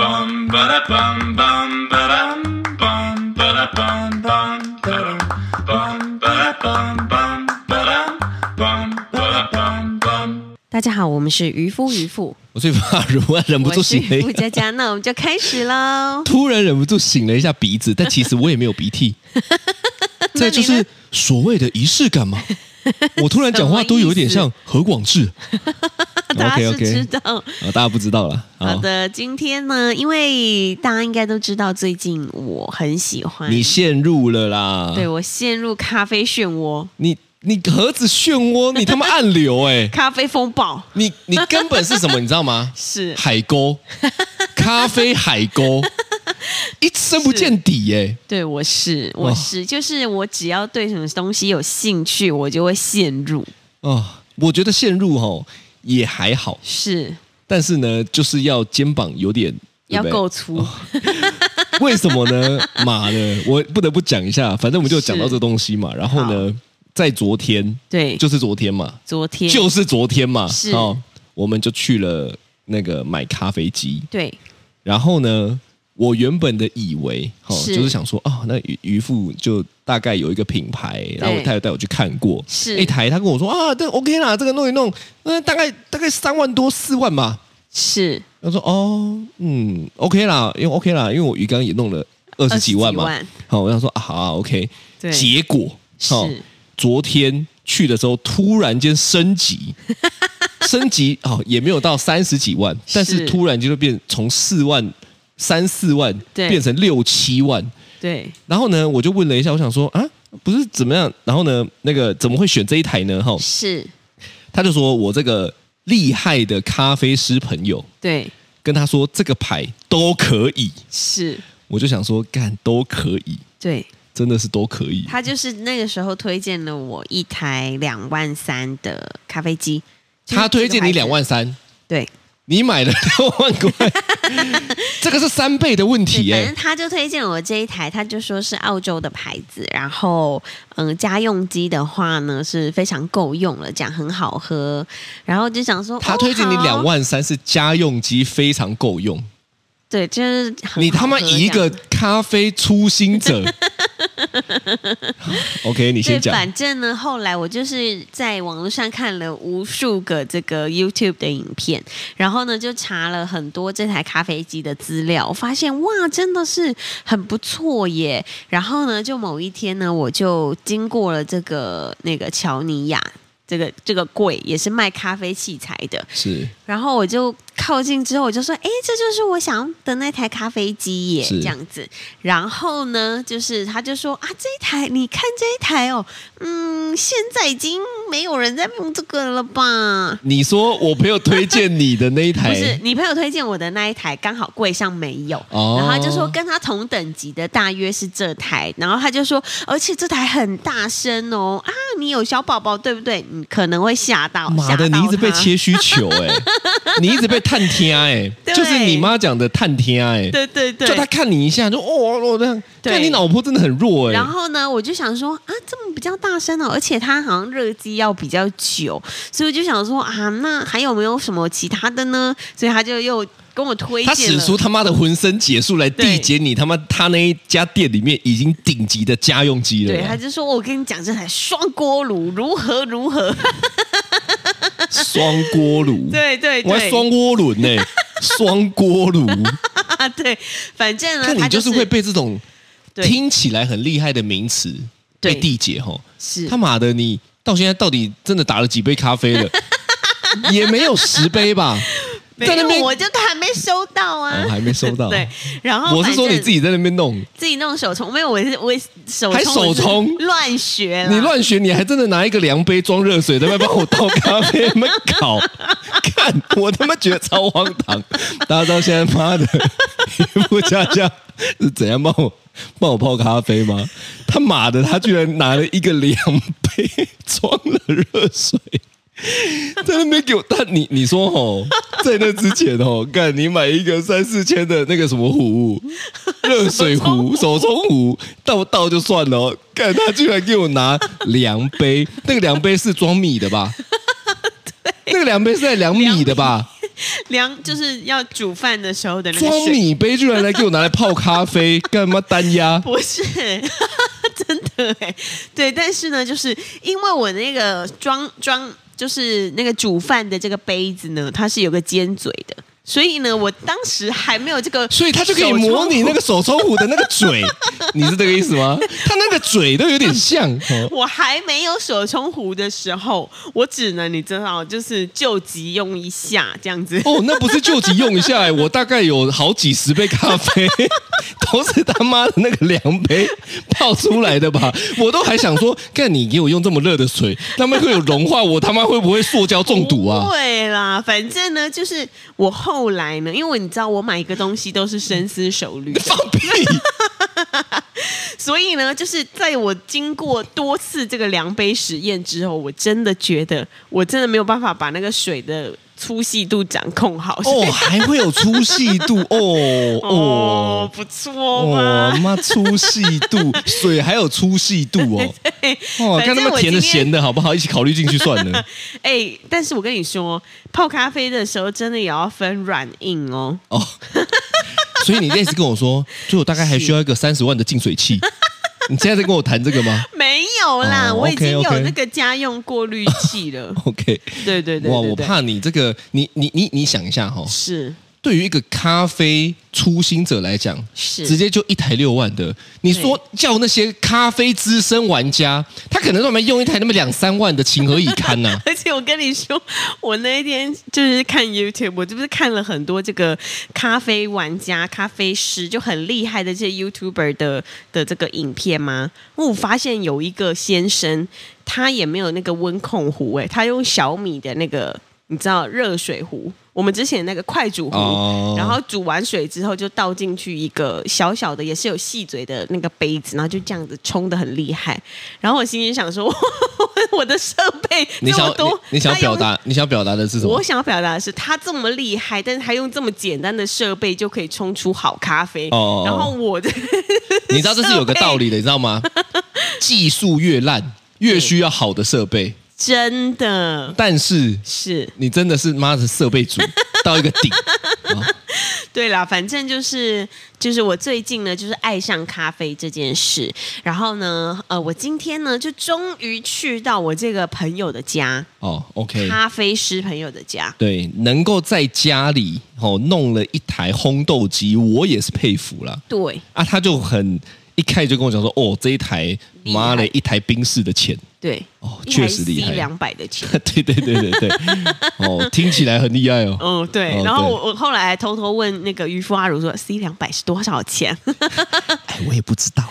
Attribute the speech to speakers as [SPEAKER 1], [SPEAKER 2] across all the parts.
[SPEAKER 1] bum ba da bum bum ba dum bum ba da bum bum ba dum bum ba da bum bum ba dum bum ba da bum bum.
[SPEAKER 2] 大家好，我们是渔夫渔妇，
[SPEAKER 3] 我最怕如果忍不
[SPEAKER 2] 我
[SPEAKER 3] 住
[SPEAKER 2] 是
[SPEAKER 3] 擤了
[SPEAKER 2] 渔
[SPEAKER 3] 一
[SPEAKER 2] 夫
[SPEAKER 3] 下，
[SPEAKER 2] 佳佳，那我们就开始 喽。
[SPEAKER 3] 突然忍不住擤了一下鼻子，但其实我也没有 鼻涕。再就
[SPEAKER 2] 那你
[SPEAKER 3] 是所谓的仪式感嘛，我突然讲话都有点像何广智。
[SPEAKER 2] 大家
[SPEAKER 3] OK
[SPEAKER 2] 是知
[SPEAKER 3] OK，
[SPEAKER 2] 道
[SPEAKER 3] 啊，大家不知道 了。
[SPEAKER 2] 好
[SPEAKER 3] 啊，
[SPEAKER 2] 的，今天呢，因为大家应该都知道，最近我很喜欢
[SPEAKER 3] 你陷入了啦。
[SPEAKER 2] 对我陷入咖啡漩涡、
[SPEAKER 3] 你你盒子漩涡，你他妈暗流哎、
[SPEAKER 2] 咖啡风暴，
[SPEAKER 3] 你你根本是什么，你知道 吗？
[SPEAKER 2] 是
[SPEAKER 3] 海沟，咖啡海 沟，一深不见底哎、
[SPEAKER 2] 对我是我
[SPEAKER 3] 哦
[SPEAKER 2] 是，就是我只要对什么东西有兴趣，我就会陷入，
[SPEAKER 3] 哦，我觉得陷入吼也还好，
[SPEAKER 2] 是
[SPEAKER 3] 但是呢，就是要肩膀有点
[SPEAKER 2] 要。
[SPEAKER 3] 对不
[SPEAKER 2] 够
[SPEAKER 3] 对
[SPEAKER 2] 粗，
[SPEAKER 3] 哦为什么呢？妈的，我不得不讲一下，反正我们就讲到这东西嘛。然后呢，在昨天，
[SPEAKER 2] 对，
[SPEAKER 3] 就是昨天嘛，
[SPEAKER 2] 昨天
[SPEAKER 3] 就是昨天嘛，
[SPEAKER 2] 是
[SPEAKER 3] 哦，我们就去了那个买咖啡机。
[SPEAKER 2] 对
[SPEAKER 3] 然后呢，我原本的以为，哦，
[SPEAKER 2] 是
[SPEAKER 3] 就是想说，哦，那渔渔夫就大概有一个品牌，然后他有带我去看过，
[SPEAKER 2] 是
[SPEAKER 3] 一台，他跟我说啊，这 OK 啦，这个弄一弄，嗯、大概大概三万多四万吧。
[SPEAKER 2] 是
[SPEAKER 3] 他说哦，嗯，OK 啦，因为 OK 啦，因为我鱼缸也弄了二十几万嘛，
[SPEAKER 2] 20几万
[SPEAKER 3] 好、我想说啊，好啊，OK，
[SPEAKER 2] 对
[SPEAKER 3] 结果
[SPEAKER 2] 是
[SPEAKER 3] 哦昨天去的时候突然间升 级，升级哦也没有到三十几万，但
[SPEAKER 2] 是
[SPEAKER 3] 是突然间就变从四万三四万
[SPEAKER 2] 对
[SPEAKER 3] 变成六七万。
[SPEAKER 2] 对
[SPEAKER 3] 然后呢，我就问了一下，我想说啊，不是怎么样？然后呢，那个怎么会选这一台呢？哈、
[SPEAKER 2] 是，
[SPEAKER 3] 他就说我这个厉害的咖啡师朋友
[SPEAKER 2] 对
[SPEAKER 3] 跟他说这个牌都可以，
[SPEAKER 2] 是，
[SPEAKER 3] 我就想说干都可以，
[SPEAKER 2] 对。
[SPEAKER 3] 真的是都可以。
[SPEAKER 2] 他就是那个时候推荐了我一台两万三的咖啡机，就是
[SPEAKER 3] 他推荐你两万三，
[SPEAKER 2] 这个牌子，
[SPEAKER 3] 你买了 六万块， 这个是三倍的问
[SPEAKER 2] 对
[SPEAKER 3] 题
[SPEAKER 2] 对，
[SPEAKER 3] 哎、
[SPEAKER 2] 反正他就推荐了我这一台，他就说是澳洲的牌子，然后嗯，家用机的话呢是非常够用了，讲很好喝，然后就想说
[SPEAKER 3] 他推荐你两，
[SPEAKER 2] 哦好
[SPEAKER 3] 万三是家用机，非常够用。
[SPEAKER 2] 对，就是很
[SPEAKER 3] 你他
[SPEAKER 2] 好
[SPEAKER 3] 妈
[SPEAKER 2] 喝
[SPEAKER 3] 一
[SPEAKER 2] 这
[SPEAKER 3] 个
[SPEAKER 2] 样
[SPEAKER 3] 咖啡初 心者，OK，
[SPEAKER 2] 对，
[SPEAKER 3] 你先讲。
[SPEAKER 2] 反正呢，后来我就是在网络上看了无数个这个 YouTube 的影片，然后呢就查了很多这台咖啡机的资料，我发现哇，真的是很不错耶。然后呢，就某一天呢，我就经过了这个那个乔尼亚。这个这个柜也是卖咖啡器材的，
[SPEAKER 3] 是
[SPEAKER 2] 然后我就靠近之后，我就说：“哎，这就是我想要的那台咖啡机耶，
[SPEAKER 3] 是
[SPEAKER 2] 这样子。”然后呢，就是他就说：“啊，这一台，你看这一台哦，嗯，现在已经没有人在用这个了吧？
[SPEAKER 3] 你说我朋友推荐你的那一
[SPEAKER 2] 不
[SPEAKER 3] 台，
[SPEAKER 2] 是，你朋友推荐我的那一台，刚好柜上没有。
[SPEAKER 3] 哦
[SPEAKER 2] 然后他就说跟他同等级的大约是这台，然后他就说，而且这台很大声哦，啊，你有小宝宝对不对？你可能会吓到，
[SPEAKER 3] 妈的，
[SPEAKER 2] 吓到
[SPEAKER 3] 你一直被
[SPEAKER 2] 他
[SPEAKER 3] 切需求哎、 你一直被探听哎、
[SPEAKER 2] 对
[SPEAKER 3] 就是你妈讲的探听哎、
[SPEAKER 2] 对对对，
[SPEAKER 3] 就他看你一下就哦哦这样，
[SPEAKER 2] 对
[SPEAKER 3] 但你老婆真的很弱哎、
[SPEAKER 2] 然后呢，我就想说啊，这么比较大声哦，而且它好像热机要比较久，所以我就想说啊，那还有没有什么其他的呢？所以他就又跟我推
[SPEAKER 3] 他
[SPEAKER 2] 荐
[SPEAKER 3] 使
[SPEAKER 2] 了。
[SPEAKER 3] 出他妈的浑身解数来
[SPEAKER 2] 对
[SPEAKER 3] 缔结你他妈他那一家店里面已经顶级的家用机了。
[SPEAKER 2] 对，他就说：“我跟你讲，这台双锅炉如何如何。
[SPEAKER 3] 欸双锅炉，
[SPEAKER 2] 对对对
[SPEAKER 3] 我还双涡 轮呢、双锅炉。”
[SPEAKER 2] 对，反正呢，
[SPEAKER 3] 看你
[SPEAKER 2] 他
[SPEAKER 3] 就是会被这种
[SPEAKER 2] 对
[SPEAKER 3] 听起来很厉害的名词
[SPEAKER 2] 对
[SPEAKER 3] 被缔结吼。
[SPEAKER 2] 是
[SPEAKER 3] 他妈的，你到现在到底真的打了几杯咖啡 了？也没有十杯吧？
[SPEAKER 2] 没
[SPEAKER 3] 在那边
[SPEAKER 2] 有，我就还没收到啊，
[SPEAKER 3] 哦还没收到
[SPEAKER 2] 对，然后
[SPEAKER 3] 我是说
[SPEAKER 2] 反正
[SPEAKER 3] 你自己在那边弄，
[SPEAKER 2] 自己弄手冲，没有，我是我手
[SPEAKER 3] 还
[SPEAKER 2] 冲
[SPEAKER 3] 手
[SPEAKER 2] 我是
[SPEAKER 3] 冲
[SPEAKER 2] 乱学啦，
[SPEAKER 3] 你乱学，你还真的拿一个量杯装热水，在那边帮我倒咖啡，你们 搞，看我他妈觉得超荒唐。大家知道现在妈的 渔夫佳佳是怎样帮我帮我泡咖啡吗？他妈的，他居然拿了一个量杯装了热水。 在那边给我，但你你说 哦，在那之前哦，干你买一个三四千的那个什么壶，热水壶、手冲壶，倒倒就算了、哦，干他居然给我拿量 杯，那个量杯是装米的吧？那个量杯是在量米的吧？
[SPEAKER 2] 凉就是要煮饭的时候的那个
[SPEAKER 3] 装
[SPEAKER 2] 水，
[SPEAKER 3] 米杯居然来给我拿来泡咖啡，干嘛单压？
[SPEAKER 2] 不是。 真的哎，对，但是呢，就是因为我那个装装，就是那个煮饭的这个杯子呢，它是有个尖嘴的，所以呢，我当时还没有这个，
[SPEAKER 3] 所以他就可以模拟那个手抽虎的那个 嘴，你是这个意思吗？他那个嘴都有点像，哦、
[SPEAKER 2] 我还没有手冲壶的时候，我只能你知道，就是救急用一下这样子。
[SPEAKER 3] 哦，那不是救急用一下、欸，我大概有好几十杯咖啡，都是他妈的那个凉杯泡出来的吧？我都还想说，干你给我用这么热的水，他们会有融化，我他妈会不会塑胶中毒啊？
[SPEAKER 2] 对啦，反正呢，就是我后来呢，因为你知道，我买一个东西都是深思熟虑的，
[SPEAKER 3] 放屁！
[SPEAKER 2] 所以呢，就是在我经过多次这个量杯实验之后，我真的觉得我真的没有办法把那个水的粗细度掌控好。所以
[SPEAKER 3] 哦，还会有粗细度哦
[SPEAKER 2] 哦
[SPEAKER 3] 哦，
[SPEAKER 2] 不错
[SPEAKER 3] 哦
[SPEAKER 2] 吧？
[SPEAKER 3] 妈粗细度，水还有粗细度 哦。哦，
[SPEAKER 2] 反
[SPEAKER 3] 看他
[SPEAKER 2] 正
[SPEAKER 3] 们
[SPEAKER 2] 我
[SPEAKER 3] 甜的
[SPEAKER 2] 今天
[SPEAKER 3] 咸的好不好，一起考虑进去算了。
[SPEAKER 2] 哎、但是我跟你说，泡咖啡的时候真的也要分软硬哦。
[SPEAKER 3] 哦，所以你那次跟我说，所以我大概还需要一个三十万的净水 器。你现在在跟我谈这个吗
[SPEAKER 2] 没有啦，
[SPEAKER 3] 哦
[SPEAKER 2] 我已经
[SPEAKER 3] OK，OK
[SPEAKER 2] 有那个家用过滤器 了。
[SPEAKER 3] ？OK，
[SPEAKER 2] 对对对对
[SPEAKER 3] 哇，我
[SPEAKER 2] 对
[SPEAKER 3] 怕你这个，你你你你想一下哈、哦，
[SPEAKER 2] 是
[SPEAKER 3] 对于一个咖啡初心者来讲，
[SPEAKER 2] 是
[SPEAKER 3] 直接就一台六万的。你说叫那些咖啡资深玩家，他可能专门用一台那么两三万的，情何以堪呐、啊
[SPEAKER 2] 而且我跟你说，我那一天就是看 YouTube，我就是看了很多这个咖啡玩家、咖啡师就很厉害的这些 YouTuber 的的这个影片嘛。我发现有一个先生，他也没有那个温控壶，哎，他用小米的那个，你知道热水壶。我们之前那个快煮壶
[SPEAKER 3] 哦
[SPEAKER 2] 然后煮完水之后就倒进去一个小小的，也是有细嘴的那个杯子，然后就这样子冲的很厉害。然后我心里想说， 我的设备
[SPEAKER 3] 你
[SPEAKER 2] 这
[SPEAKER 3] 想
[SPEAKER 2] 么
[SPEAKER 3] 你
[SPEAKER 2] 多，
[SPEAKER 3] 你想
[SPEAKER 2] 他用
[SPEAKER 3] 表？达你想表达的是什么
[SPEAKER 2] 我？想要表达的是，他这么厉害，但是他用这么简单的设备就可以冲出好咖啡。
[SPEAKER 3] 哦哦哦
[SPEAKER 2] 然后我的，
[SPEAKER 3] 你知道这是有个道理的，你知道吗？技术越烂，越需要好的设备，
[SPEAKER 2] 真的
[SPEAKER 3] 但是
[SPEAKER 2] 是
[SPEAKER 3] 你真的是妈的设备 组到一个顶，
[SPEAKER 2] 对啦，反正就是就是我最近呢，就是爱上咖啡这件事。然后呢，呃，我今天呢，就终于去到我这个朋友的家，
[SPEAKER 3] 哦，OK。
[SPEAKER 2] 咖啡师朋友的家。
[SPEAKER 3] 对，能够在家里哦弄了一台烘豆机，我也是佩服啦。
[SPEAKER 2] 对
[SPEAKER 3] 啊，他就很一开始就跟我讲说，哦，这一台
[SPEAKER 2] 厉害
[SPEAKER 3] 妈的一台宾士的钱，
[SPEAKER 2] 对，
[SPEAKER 3] 哦确实厉害
[SPEAKER 2] 两百的 钱。
[SPEAKER 3] 对对对对对，哦，听起来很厉害 哦。
[SPEAKER 2] 嗯，对。
[SPEAKER 3] 哦
[SPEAKER 2] 然后
[SPEAKER 3] 对
[SPEAKER 2] 我我后来还偷偷问那个渔夫阿如说，C 两百是多少钱？
[SPEAKER 3] 哎，我也不知道，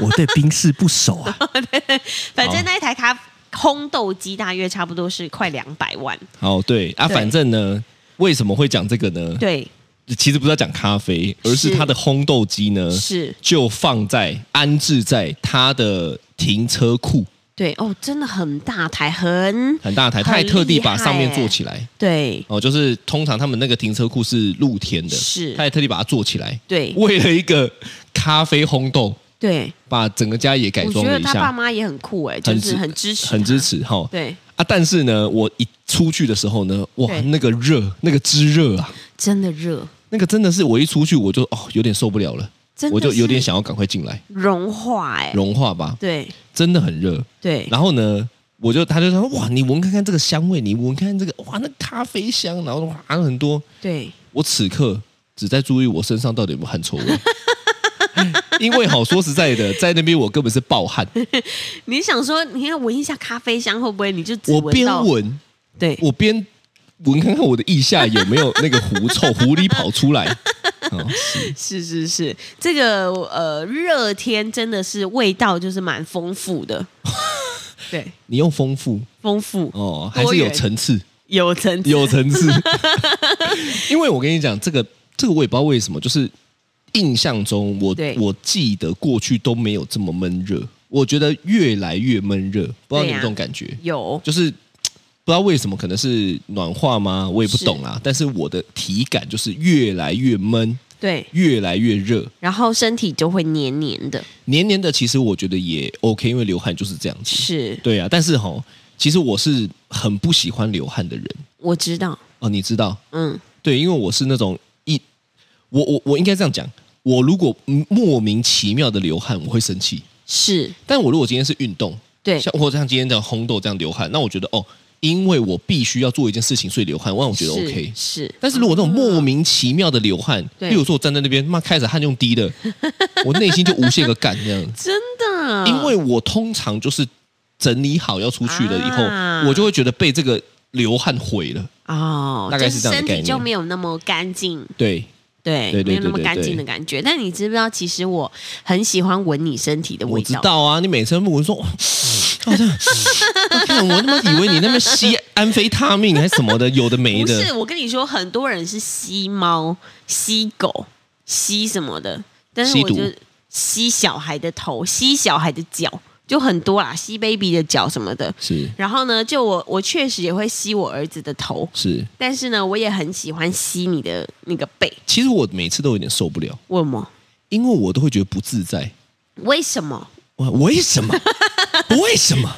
[SPEAKER 3] 我对宾士不熟啊。
[SPEAKER 2] 反正那一台咖烘豆机大约差不多是快两百万。
[SPEAKER 3] 哦，对啊，
[SPEAKER 2] 对
[SPEAKER 3] 反正呢，为什么会讲这个呢？
[SPEAKER 2] 对，
[SPEAKER 3] 其实不是要讲咖啡，而是
[SPEAKER 2] 是
[SPEAKER 3] 它的烘豆机呢，
[SPEAKER 2] 是，
[SPEAKER 3] 就放在安置在它的停车库，
[SPEAKER 2] 对，哦，真的很大台，很
[SPEAKER 3] 很大台，它
[SPEAKER 2] 很
[SPEAKER 3] 还特地把
[SPEAKER 2] 厉害
[SPEAKER 3] 上面
[SPEAKER 2] 欸
[SPEAKER 3] 做起来。
[SPEAKER 2] 对。
[SPEAKER 3] 哦，就是通常他们那个停车库是露天的，
[SPEAKER 2] 是
[SPEAKER 3] 他也特地把它做起来，
[SPEAKER 2] 对
[SPEAKER 3] 为了一个咖啡烘豆，
[SPEAKER 2] 对，
[SPEAKER 3] 把整个家也改
[SPEAKER 2] 我
[SPEAKER 3] 装
[SPEAKER 2] 觉
[SPEAKER 3] 了
[SPEAKER 2] 得
[SPEAKER 3] 一
[SPEAKER 2] 他爸
[SPEAKER 3] 下，
[SPEAKER 2] 妈也很酷哎、就是很支持，
[SPEAKER 3] 很支。持哈。
[SPEAKER 2] 对，
[SPEAKER 3] 啊，但是呢，我一出去的时候呢，哇
[SPEAKER 2] 对，
[SPEAKER 3] 那个热，那个炙热啊，
[SPEAKER 2] 真的热，
[SPEAKER 3] 那个真的是我一出去我就哦有点受不了了，
[SPEAKER 2] 真的
[SPEAKER 3] 我就有点
[SPEAKER 2] 是
[SPEAKER 3] 想要赶快进来
[SPEAKER 2] 融化哎、
[SPEAKER 3] 融化吧，
[SPEAKER 2] 对
[SPEAKER 3] 真的很热。
[SPEAKER 2] 对，
[SPEAKER 3] 然后呢，我就他就说哇，你闻看看这个香味，你闻看看这个哇，那咖啡香，然后哇很多。
[SPEAKER 2] 对
[SPEAKER 3] 我此刻只在注意我身上到底有没有汗臭味。 因为好说实在的，在那边我根本是暴汗，
[SPEAKER 2] 你想说你要闻一下咖啡香会不会？你就只
[SPEAKER 3] 我
[SPEAKER 2] 闻
[SPEAKER 3] 边
[SPEAKER 2] 到
[SPEAKER 3] 闻
[SPEAKER 2] 对
[SPEAKER 3] 我边闻看看我的腋下有没有那个狐臭狐狸跑出来。哦，是
[SPEAKER 2] 是是是，这个呃热天真的是味道就是蛮丰富的， 对，
[SPEAKER 3] 你用丰富
[SPEAKER 2] 丰富
[SPEAKER 3] 哦，还是
[SPEAKER 2] 多
[SPEAKER 3] 有
[SPEAKER 2] 元
[SPEAKER 3] 层次，
[SPEAKER 2] 有层次，
[SPEAKER 3] 有 层次。因为我跟你讲，这个这个我也不知道为什么，就是印象中我
[SPEAKER 2] 对
[SPEAKER 3] 我记得过去都没有这么闷热，我觉得越来越闷热，不知道你
[SPEAKER 2] 对
[SPEAKER 3] 有
[SPEAKER 2] 啊
[SPEAKER 3] 这种感觉，
[SPEAKER 2] 有
[SPEAKER 3] 就是不知道为什么，可能是暖化吗？我也不
[SPEAKER 2] 是
[SPEAKER 3] 懂啦。但是我的体感就是越来越闷，
[SPEAKER 2] 对，
[SPEAKER 3] 越来越热，
[SPEAKER 2] 然后身体就会黏黏的，
[SPEAKER 3] 黏黏的。其实我觉得也 OK，因为流汗就是这样子。
[SPEAKER 2] 是
[SPEAKER 3] 对啊，但是吼，其实我是很不喜欢流汗的人
[SPEAKER 2] 我知道，
[SPEAKER 3] 哦，你知道。
[SPEAKER 2] 嗯，
[SPEAKER 3] 对，因为我是那种一，我我我应该这样讲，我如果莫名其妙的流汗，我会生气。
[SPEAKER 2] 是
[SPEAKER 3] 但我如果今天是运动，
[SPEAKER 2] 对
[SPEAKER 3] 像或者像今天这样红豆这样流汗，那我觉得哦，因为我必须要做一件事情，所以流汗，那我觉得 OK。
[SPEAKER 2] 是哦
[SPEAKER 3] 但是如果那种莫名其妙的流汗，
[SPEAKER 2] 对
[SPEAKER 3] 例如说我站在那边，妈开始汗用滴的，我内心就无限个干这样，
[SPEAKER 2] 真的，
[SPEAKER 3] 因为我通常就是整理好要出去了以后，
[SPEAKER 2] 啊
[SPEAKER 3] 我就会觉得被这个流汗毁了。
[SPEAKER 2] 哦，
[SPEAKER 3] 大概是
[SPEAKER 2] 就
[SPEAKER 3] 这样的
[SPEAKER 2] 身
[SPEAKER 3] 概
[SPEAKER 2] 体
[SPEAKER 3] 念
[SPEAKER 2] 就没有那么干净，
[SPEAKER 3] 对，
[SPEAKER 2] 对，
[SPEAKER 3] 对对
[SPEAKER 2] 没有那么
[SPEAKER 3] 对对
[SPEAKER 2] 干净的感觉。但你知不知道，其实我很喜欢闻你身体的
[SPEAKER 3] 我
[SPEAKER 2] 味
[SPEAKER 3] 知
[SPEAKER 2] 道。嗯
[SPEAKER 3] 道啊，你每次问我说，哇好像，我看我他妈以为你那边吸安非他命还是什么的，有的没
[SPEAKER 2] 不
[SPEAKER 3] 的。
[SPEAKER 2] 是，我跟你说，很多人是吸猫、吸狗、吸什么的，但是
[SPEAKER 3] 吸
[SPEAKER 2] 我
[SPEAKER 3] 毒
[SPEAKER 2] 就吸小孩的头、吸小孩的脚，就很多啦，吸 baby 的脚什么的。
[SPEAKER 3] 是
[SPEAKER 2] 然后呢，就我我确实也会吸我儿子的头，
[SPEAKER 3] 是，
[SPEAKER 2] 但是呢，我也很喜欢吸你的那个背。
[SPEAKER 3] 其实我每次都有点受不了，
[SPEAKER 2] 为什么？
[SPEAKER 3] 因为我都会觉得不自在。
[SPEAKER 2] 为什么？
[SPEAKER 3] 我为 什么？为什么？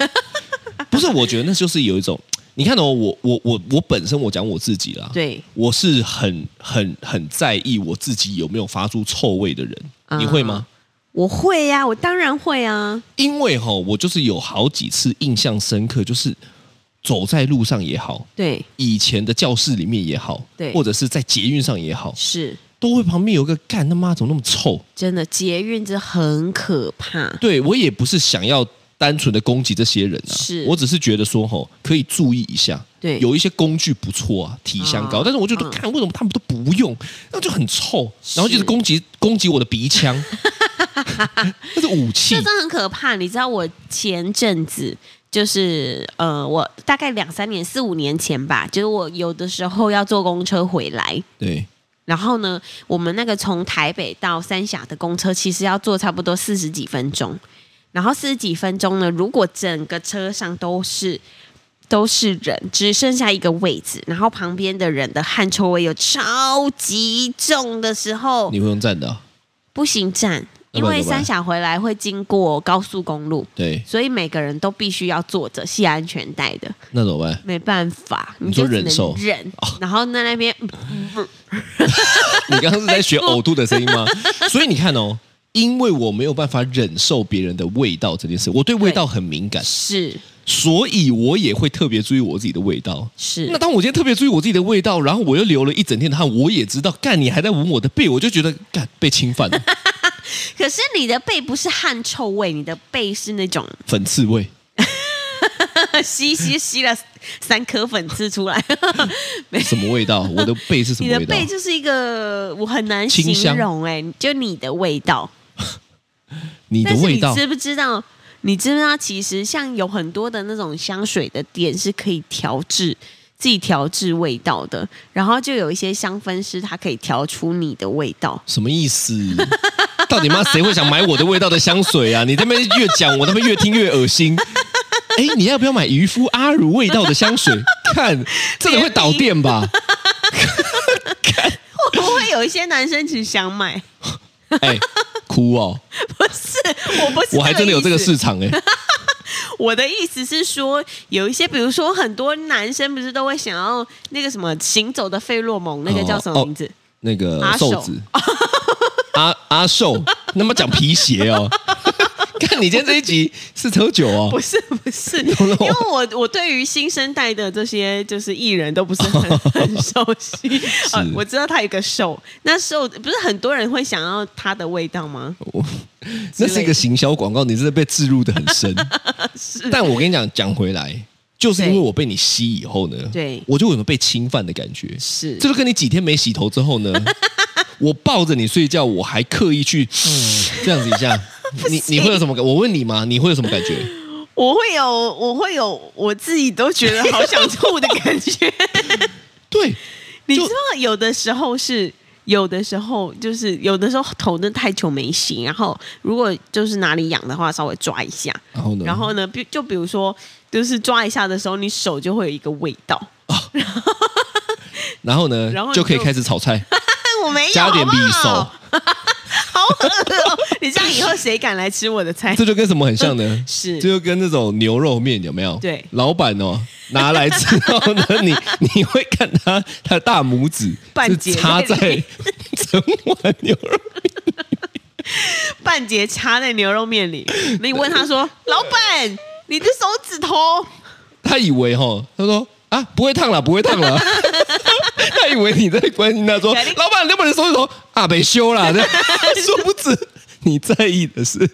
[SPEAKER 3] 不是，我觉得那就是有一种，你看哦，我我我我本身我讲我自己啦，
[SPEAKER 2] 对，
[SPEAKER 3] 我是很很很在意我自己有没有发出臭味的人，你会吗？
[SPEAKER 2] 啊我会呀、我当然会啊。
[SPEAKER 3] 因为哈、我就是有好几次印象深刻，就是走在路上也好，
[SPEAKER 2] 对，
[SPEAKER 3] 以前的教室里面也好，
[SPEAKER 2] 对
[SPEAKER 3] 或者是在捷运上也好，
[SPEAKER 2] 是
[SPEAKER 3] 都会旁边有个干他妈怎么那么臭？
[SPEAKER 2] 真的，捷运这很可怕。
[SPEAKER 3] 对我也不是想要单纯的攻击这些人啊，
[SPEAKER 2] 是
[SPEAKER 3] 我只是觉得说吼、可以注意一下。
[SPEAKER 2] 对
[SPEAKER 3] 有一些工具不错啊，体香膏，
[SPEAKER 2] 啊
[SPEAKER 3] 但是我就说，
[SPEAKER 2] 嗯
[SPEAKER 3] 看、为什么他们都不用，那就很臭，
[SPEAKER 2] 是
[SPEAKER 3] 然后就是攻击攻击我的 鼻腔，那是武器
[SPEAKER 2] 这。真的很可怕。你知道我前阵子就是呃，我大概两三年、四五年前吧，就是我有的时候要坐公车回来。
[SPEAKER 3] 对，
[SPEAKER 2] 然后呢，我们那个从台北到三峡的公车，其实要坐差不多四十几分钟。然后四十几分钟呢，如果整个车上都是都是人，只剩下一个位置，然后旁边的人的汗臭味有超级重的时候，
[SPEAKER 3] 你会用站的啊、
[SPEAKER 2] 步行站，
[SPEAKER 3] 那
[SPEAKER 2] 因
[SPEAKER 3] 不然
[SPEAKER 2] 为
[SPEAKER 3] 怎么
[SPEAKER 2] 三
[SPEAKER 3] 办
[SPEAKER 2] 峡回来会经过高速公路，
[SPEAKER 3] 对，
[SPEAKER 2] 所以每个人都必须要坐着系安全带的，
[SPEAKER 3] 那怎么办？
[SPEAKER 2] 没办法，
[SPEAKER 3] 你
[SPEAKER 2] 就
[SPEAKER 3] 说
[SPEAKER 2] 只能
[SPEAKER 3] 忍受哦
[SPEAKER 2] 忍，然后在那边嗯
[SPEAKER 3] 你刚刚是在 学呕吐的声音吗？所以你看哦，因为我没有办法忍受别人的味道这件事，我对味道很敏感，
[SPEAKER 2] 是
[SPEAKER 3] 所以我也会特别注意我自己的味道。
[SPEAKER 2] 是
[SPEAKER 3] 那当我今天特别注意我自己的味道，然后我又流了一整天的汗，我也知道，干你还在闻我的背，我就觉得干被侵犯 了，
[SPEAKER 2] 可是你的背不是汗臭味，你的背是那种
[SPEAKER 3] 粉刺味。
[SPEAKER 2] 吸吸吸了三颗粉刺出 来，没
[SPEAKER 3] 什么味道？我的背是什
[SPEAKER 2] 你
[SPEAKER 3] 么
[SPEAKER 2] 的
[SPEAKER 3] 味道
[SPEAKER 2] 背？就是一个我很难
[SPEAKER 3] 清
[SPEAKER 2] 形
[SPEAKER 3] 香
[SPEAKER 2] 容哎、就你的味道。
[SPEAKER 3] 你的
[SPEAKER 2] 但是
[SPEAKER 3] 味
[SPEAKER 2] 你
[SPEAKER 3] 道
[SPEAKER 2] 知不知道？你知不知道？其实像有很多的那种香水的店是可以调制自己调制味道的，然后就有一些香氛师他可以调出你的味道。
[SPEAKER 3] 什么意思？ 到底妈谁会想买我的味道的香水啊？你这边越讲，我他妈越听越恶心。 哎，你要不要买渔夫阿乳味道的香水？看，这个会导电吧？
[SPEAKER 2] 会不会有一些男生其实想买？
[SPEAKER 3] 哎，哭哦！
[SPEAKER 2] 不是，我不是，
[SPEAKER 3] 我还真的有这个市。场哎、
[SPEAKER 2] 我的意思是说，有一些，比如说很多男生不是都会想要那个什么行走的费洛蒙，那
[SPEAKER 3] 哦
[SPEAKER 2] 个叫什么名字？
[SPEAKER 3] 那个
[SPEAKER 2] 阿寿
[SPEAKER 3] 瘦子，阿阿寿，那么讲皮鞋哦。 看你今天这一集是喝酒
[SPEAKER 2] 不
[SPEAKER 3] 哦，
[SPEAKER 2] 是不 是，因
[SPEAKER 3] 了我哦
[SPEAKER 2] 为我我对于新生代的这些就是艺人都不是很 很熟悉、呃
[SPEAKER 3] 是
[SPEAKER 2] 我知道他有一个瘦，那瘦不是很多人会想要他的味道吗？
[SPEAKER 3] 我那是一个行销广告，你真的被置入的很深。
[SPEAKER 2] 是，
[SPEAKER 3] 但我跟你讲，讲回来，就是因为
[SPEAKER 2] 对
[SPEAKER 3] 我被你吸以后呢，
[SPEAKER 2] 对
[SPEAKER 3] 我就有种被侵犯的感觉。
[SPEAKER 2] 是
[SPEAKER 3] 这就跟你几天没洗头之 后呢，我抱着你睡觉，我还刻意去、
[SPEAKER 2] 嗯
[SPEAKER 3] 这样子一 下，你你会有什么感？我问你吗？你会有什么感觉？
[SPEAKER 2] 我会有我会有我自己都觉得好想吐的感觉。
[SPEAKER 3] 对，
[SPEAKER 2] 你知
[SPEAKER 3] 就
[SPEAKER 2] 道有的时候是。有的时候就是有的时候头真的太久没洗，然后如果就是哪里痒的话，稍微抓一下，
[SPEAKER 3] 然后呢？
[SPEAKER 2] 然后呢，比就比如说，就是抓一下的时候，你手就会有一个味道。
[SPEAKER 3] 然后呢？
[SPEAKER 2] 然后你哎
[SPEAKER 3] 就可以
[SPEAKER 2] 就
[SPEAKER 3] 开始炒菜，
[SPEAKER 2] 哦但我没有，
[SPEAKER 3] 加点
[SPEAKER 2] 好
[SPEAKER 3] 米
[SPEAKER 2] 不好
[SPEAKER 3] 手。
[SPEAKER 2] 好恶哦！你这样以后谁敢来吃我的菜？
[SPEAKER 3] 这就跟什么很像 呢？
[SPEAKER 2] 是
[SPEAKER 3] 这就跟那种牛肉面有没有？
[SPEAKER 2] 对
[SPEAKER 3] 老板哦，拿来之后呢，你 你会看他他的大拇指
[SPEAKER 2] 半
[SPEAKER 3] 是
[SPEAKER 2] 截
[SPEAKER 3] 插在整碗牛肉
[SPEAKER 2] 半截插在牛肉面里。你问他说：“老板，你的手指头
[SPEAKER 3] 他以为哈，他说啊，不会烫了，不会烫了。 他以为你在关 心他说，
[SPEAKER 2] 小林
[SPEAKER 3] 老板，你把你的手指头啊，被 修了。这样 殊不知你在意的是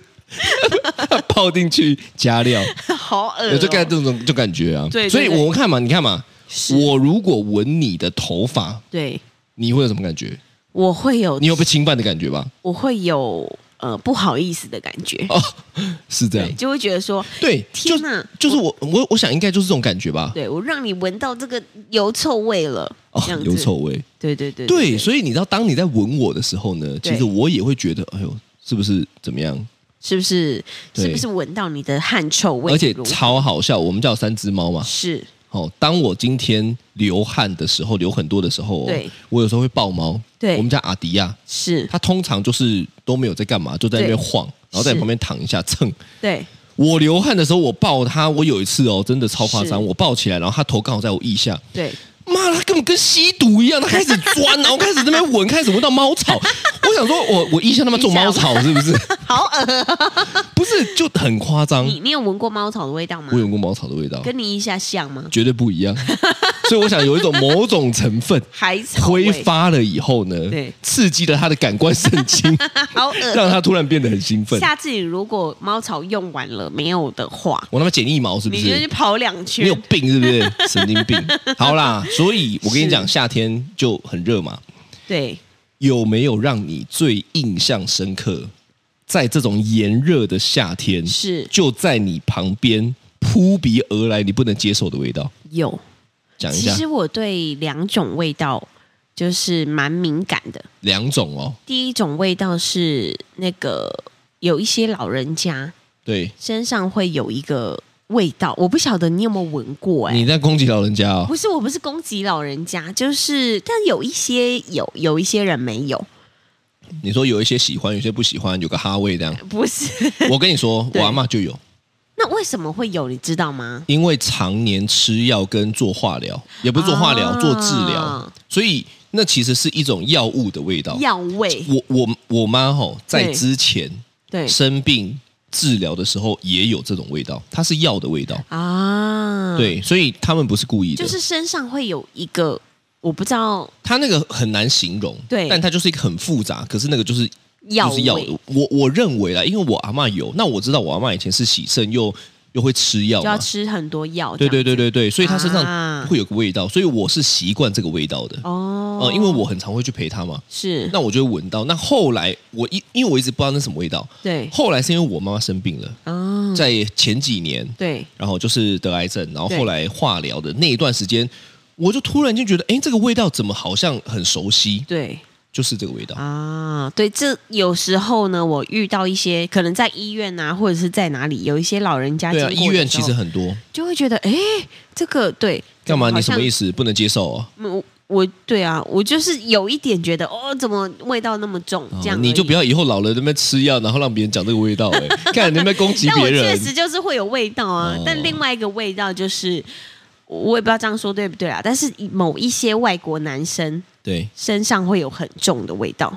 [SPEAKER 3] 他泡进去加料，
[SPEAKER 2] 好恶、
[SPEAKER 3] 我
[SPEAKER 2] 哦。”
[SPEAKER 3] 就感这种就感觉啊。
[SPEAKER 2] 对对
[SPEAKER 3] 所以
[SPEAKER 2] 对
[SPEAKER 3] 我看嘛，你看嘛，我如果闻你的头发，
[SPEAKER 2] 对，
[SPEAKER 3] 你会有什么感觉？
[SPEAKER 2] 我会有
[SPEAKER 3] 你有被侵犯的感觉吧？
[SPEAKER 2] 我会有呃不好意思的感觉，
[SPEAKER 3] 哦， 是这样。
[SPEAKER 2] 就会觉得说，
[SPEAKER 3] 对，就
[SPEAKER 2] 天哪，
[SPEAKER 3] 就是我我我想应该就是这种感觉吧。
[SPEAKER 2] 对我让你闻到这个油臭味了，
[SPEAKER 3] 哦
[SPEAKER 2] 这样，子
[SPEAKER 3] 有臭，味。
[SPEAKER 2] 对对对
[SPEAKER 3] 对，所以你知道，当你在吻我的时候呢，
[SPEAKER 2] 对
[SPEAKER 3] 其实我也会觉得，哎呦，是不是怎么样？
[SPEAKER 2] 是不是
[SPEAKER 3] 对
[SPEAKER 2] 是不是闻到你的汗臭味？
[SPEAKER 3] 而且
[SPEAKER 2] 如
[SPEAKER 3] 超好笑，我们叫三只猫嘛。
[SPEAKER 2] 是
[SPEAKER 3] 哦，当我今天流汗的时候，流很多的时候、哦，
[SPEAKER 2] 对，
[SPEAKER 3] 我有时候会爆猫。
[SPEAKER 2] 对
[SPEAKER 3] 我们家阿迪亚，
[SPEAKER 2] 是，
[SPEAKER 3] 他通常就是都没有在干嘛，就在那边
[SPEAKER 2] 对
[SPEAKER 3] 晃，然后在
[SPEAKER 2] 是
[SPEAKER 3] 旁边躺一下蹭。
[SPEAKER 2] 对
[SPEAKER 3] 我流汗的时候，我抱他，我有一次哦，真的超夸张，
[SPEAKER 2] 是
[SPEAKER 3] 我抱起来，然后他头刚好在我腋下，
[SPEAKER 2] 对，
[SPEAKER 3] 妈，他根本跟吸毒一样，他开始钻，然后开始在那边闻，开始闻到 猫草。我想说我，我腋下他妈种猫草是不是？
[SPEAKER 2] 好恶。
[SPEAKER 3] 不是，就很夸张。
[SPEAKER 2] 你你有闻过猫草的味道吗
[SPEAKER 3] 嗯我？有过猫草的味道，
[SPEAKER 2] 跟你一下像吗？
[SPEAKER 3] 绝对不 一样。所以我想有一种某种成分
[SPEAKER 2] 海草味
[SPEAKER 3] 挥，发了以后呢
[SPEAKER 2] 对，
[SPEAKER 3] 刺激了他的感官神 经，
[SPEAKER 2] 好恶。
[SPEAKER 3] 让他突然变得很兴奋。
[SPEAKER 2] 下次你如果猫草用完了没有的话，
[SPEAKER 3] 我他妈剪一毛是不
[SPEAKER 2] 你就是去？跑两
[SPEAKER 3] 你有
[SPEAKER 2] 圈。
[SPEAKER 3] 病是不是？ 神经病！好啦，所以我跟你
[SPEAKER 2] 是
[SPEAKER 3] 讲，夏天就很热嘛。
[SPEAKER 2] 对，
[SPEAKER 3] 有没有让你最印象深刻？在这种炎热的夏天，
[SPEAKER 2] 是
[SPEAKER 3] 就在你旁边扑鼻而来，你不能接受的味道，
[SPEAKER 2] 有。
[SPEAKER 3] 讲一
[SPEAKER 2] 其
[SPEAKER 3] 下
[SPEAKER 2] 实我对两种味道就是蛮敏感的。
[SPEAKER 3] 两种哦。
[SPEAKER 2] 第一种味道是那个有一些老人家
[SPEAKER 3] 对，
[SPEAKER 2] 身上会有一个味道，我不晓得你有没有闻过哎、
[SPEAKER 3] 你在攻击老人家哦。
[SPEAKER 2] 不是，我不是攻击老人家，就是但有一些有，有一些人没有，
[SPEAKER 3] 你说有一些喜欢，有些不喜欢，有个哈味 这样。
[SPEAKER 2] 不是。
[SPEAKER 3] 我跟你说，我
[SPEAKER 2] 对
[SPEAKER 3] 阿嬷就有，
[SPEAKER 2] 那为什么会有？你知道吗？
[SPEAKER 3] 因为常年吃药跟做化疗，也不是做化疗，
[SPEAKER 2] 啊
[SPEAKER 3] 做治疗，所以那其实是一种药物的味道。
[SPEAKER 2] 药味，
[SPEAKER 3] 我我我妈吼、在
[SPEAKER 2] 对
[SPEAKER 3] 之前
[SPEAKER 2] 对
[SPEAKER 3] 生病治疗的时候也有这种味道，它是药的味道。
[SPEAKER 2] 啊，，
[SPEAKER 3] 对，所以他们不是故意的，
[SPEAKER 2] 就是身上会有一个，我不知道
[SPEAKER 3] 它那个很难形容，
[SPEAKER 2] 对
[SPEAKER 3] 但它就是一个很复杂，可是那个就是
[SPEAKER 2] 药
[SPEAKER 3] 就是药
[SPEAKER 2] 味，
[SPEAKER 3] 的。我我认为啦，因为我阿嬷有，那我知道我阿嬷以前是洗肾又又会吃药
[SPEAKER 2] 就要
[SPEAKER 3] 嘛，
[SPEAKER 2] 吃很多药这
[SPEAKER 3] 对
[SPEAKER 2] 样子。
[SPEAKER 3] 对对对对，所以她身上
[SPEAKER 2] 啊
[SPEAKER 3] 会有个味道，所以我是习惯这个味道的。
[SPEAKER 2] 哦，
[SPEAKER 3] 呃，因为我很常会去陪她嘛，
[SPEAKER 2] 是
[SPEAKER 3] 那我就会闻到。那后来我一因为我一直不知道那什么味道，
[SPEAKER 2] 对
[SPEAKER 3] 后来是因为我妈妈生病了，
[SPEAKER 2] 啊，
[SPEAKER 3] 在前几年，
[SPEAKER 2] 对
[SPEAKER 3] 然后就是得癌症，然后
[SPEAKER 2] 对
[SPEAKER 3] 后来化疗的那一段时间，我就突然间觉得，哎，这个味道怎么好像很熟悉？
[SPEAKER 2] 对
[SPEAKER 3] 就是这个味道。
[SPEAKER 2] 啊，对，这有时候呢，我遇到一些可能在医院啊，或者是在哪里，有一些老人家
[SPEAKER 3] 对啊，
[SPEAKER 2] 经
[SPEAKER 3] 医
[SPEAKER 2] 过的
[SPEAKER 3] 院
[SPEAKER 2] 时
[SPEAKER 3] 其实
[SPEAKER 2] 候
[SPEAKER 3] 很多，
[SPEAKER 2] 就会觉得，哎，这个对，
[SPEAKER 3] 干嘛？你什么意
[SPEAKER 2] 思？
[SPEAKER 3] 思？不能接受哦？
[SPEAKER 2] 嗯我我对啊，我就是有一点觉得，哦，怎么味道那么重？这
[SPEAKER 3] 哦
[SPEAKER 2] 样
[SPEAKER 3] 你就不
[SPEAKER 2] 要。
[SPEAKER 3] 要以后老了在那边吃药，然后让别人讲这个味道、哎，看你有没有攻击
[SPEAKER 2] 但我
[SPEAKER 3] 别
[SPEAKER 2] 确
[SPEAKER 3] 人。
[SPEAKER 2] 实就是会有味道啊，
[SPEAKER 3] 哦
[SPEAKER 2] 但另外一个味道就是，我也不知道这样说对不对啦，但是某一些外国男生
[SPEAKER 3] 对，
[SPEAKER 2] 身上会有很重的味道。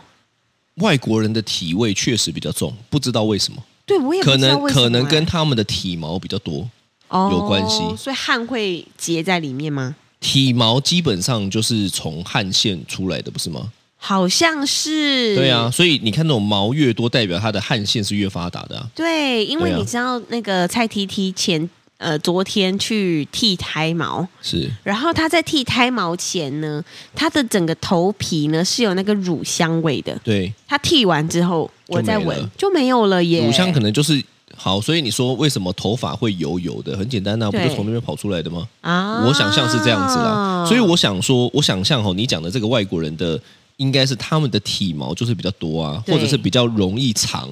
[SPEAKER 3] 外国人的体味确实比较重，不知道为什么，
[SPEAKER 2] 对，我也不
[SPEAKER 3] 可
[SPEAKER 2] 知道
[SPEAKER 3] 能
[SPEAKER 2] 为什么
[SPEAKER 3] 可能
[SPEAKER 2] 欸
[SPEAKER 3] 跟他们的体毛比较多，
[SPEAKER 2] 哦
[SPEAKER 3] 有关系
[SPEAKER 2] 所以汗会结在里面吗？
[SPEAKER 3] 体毛基本上就是从汗腺出来的，不是吗？
[SPEAKER 2] 好像是。
[SPEAKER 3] 对啊，，所以你看那种毛越多，代表它的汗腺是越发达的、啊。
[SPEAKER 2] 对，因为
[SPEAKER 3] 对啊
[SPEAKER 2] 你知道那个蔡 T T 前呃昨天去剃胎毛，
[SPEAKER 3] 是，
[SPEAKER 2] 然后他在剃胎毛前呢，他的整个头皮呢是有那个乳香味的。
[SPEAKER 3] 对，
[SPEAKER 2] 他剃完之后，我再
[SPEAKER 3] 就没了
[SPEAKER 2] 闻就没有了耶。
[SPEAKER 3] 乳香可能就是好，所以你说为什么头发会油油的？很简单啊，不
[SPEAKER 2] 对
[SPEAKER 3] 就从那边跑出来的吗？
[SPEAKER 2] 啊，
[SPEAKER 3] 我想象是这样子啦，所以我想说，我想象吼，你讲的这个外国人的。应该是他们的体毛就是比较多啊，
[SPEAKER 2] 对
[SPEAKER 3] 或者是比较容易长，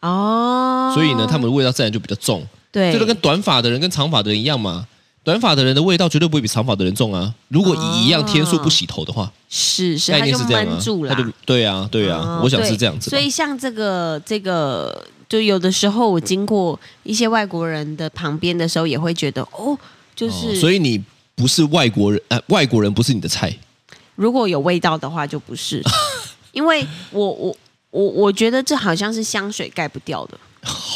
[SPEAKER 2] 哦，啊
[SPEAKER 3] 所以呢，他们的味道自然就比较重。
[SPEAKER 2] 对
[SPEAKER 3] 这就跟短发的人跟长发的人一样嘛。短发的人的味道绝对不会比长发的人重啊。如果以一样天数不洗头的话，
[SPEAKER 2] 是是，
[SPEAKER 3] 概
[SPEAKER 2] 它
[SPEAKER 3] 念
[SPEAKER 2] 哦就是
[SPEAKER 3] 这样
[SPEAKER 2] 闷
[SPEAKER 3] 啊
[SPEAKER 2] 住。了
[SPEAKER 3] 他。就对啊，对啊
[SPEAKER 2] 哦，
[SPEAKER 3] 我想是
[SPEAKER 2] 对
[SPEAKER 3] 这样子吧
[SPEAKER 2] 所。以像这个这个，就有的时候我经过一些外国人的旁边的时候，也会觉得哦，就
[SPEAKER 3] 哦
[SPEAKER 2] 是、
[SPEAKER 3] 所以你不是外国人，呃，外国人不是你的菜。
[SPEAKER 2] 如果有味道的话就不是，因为我我我我觉得这好像是香水盖不掉的。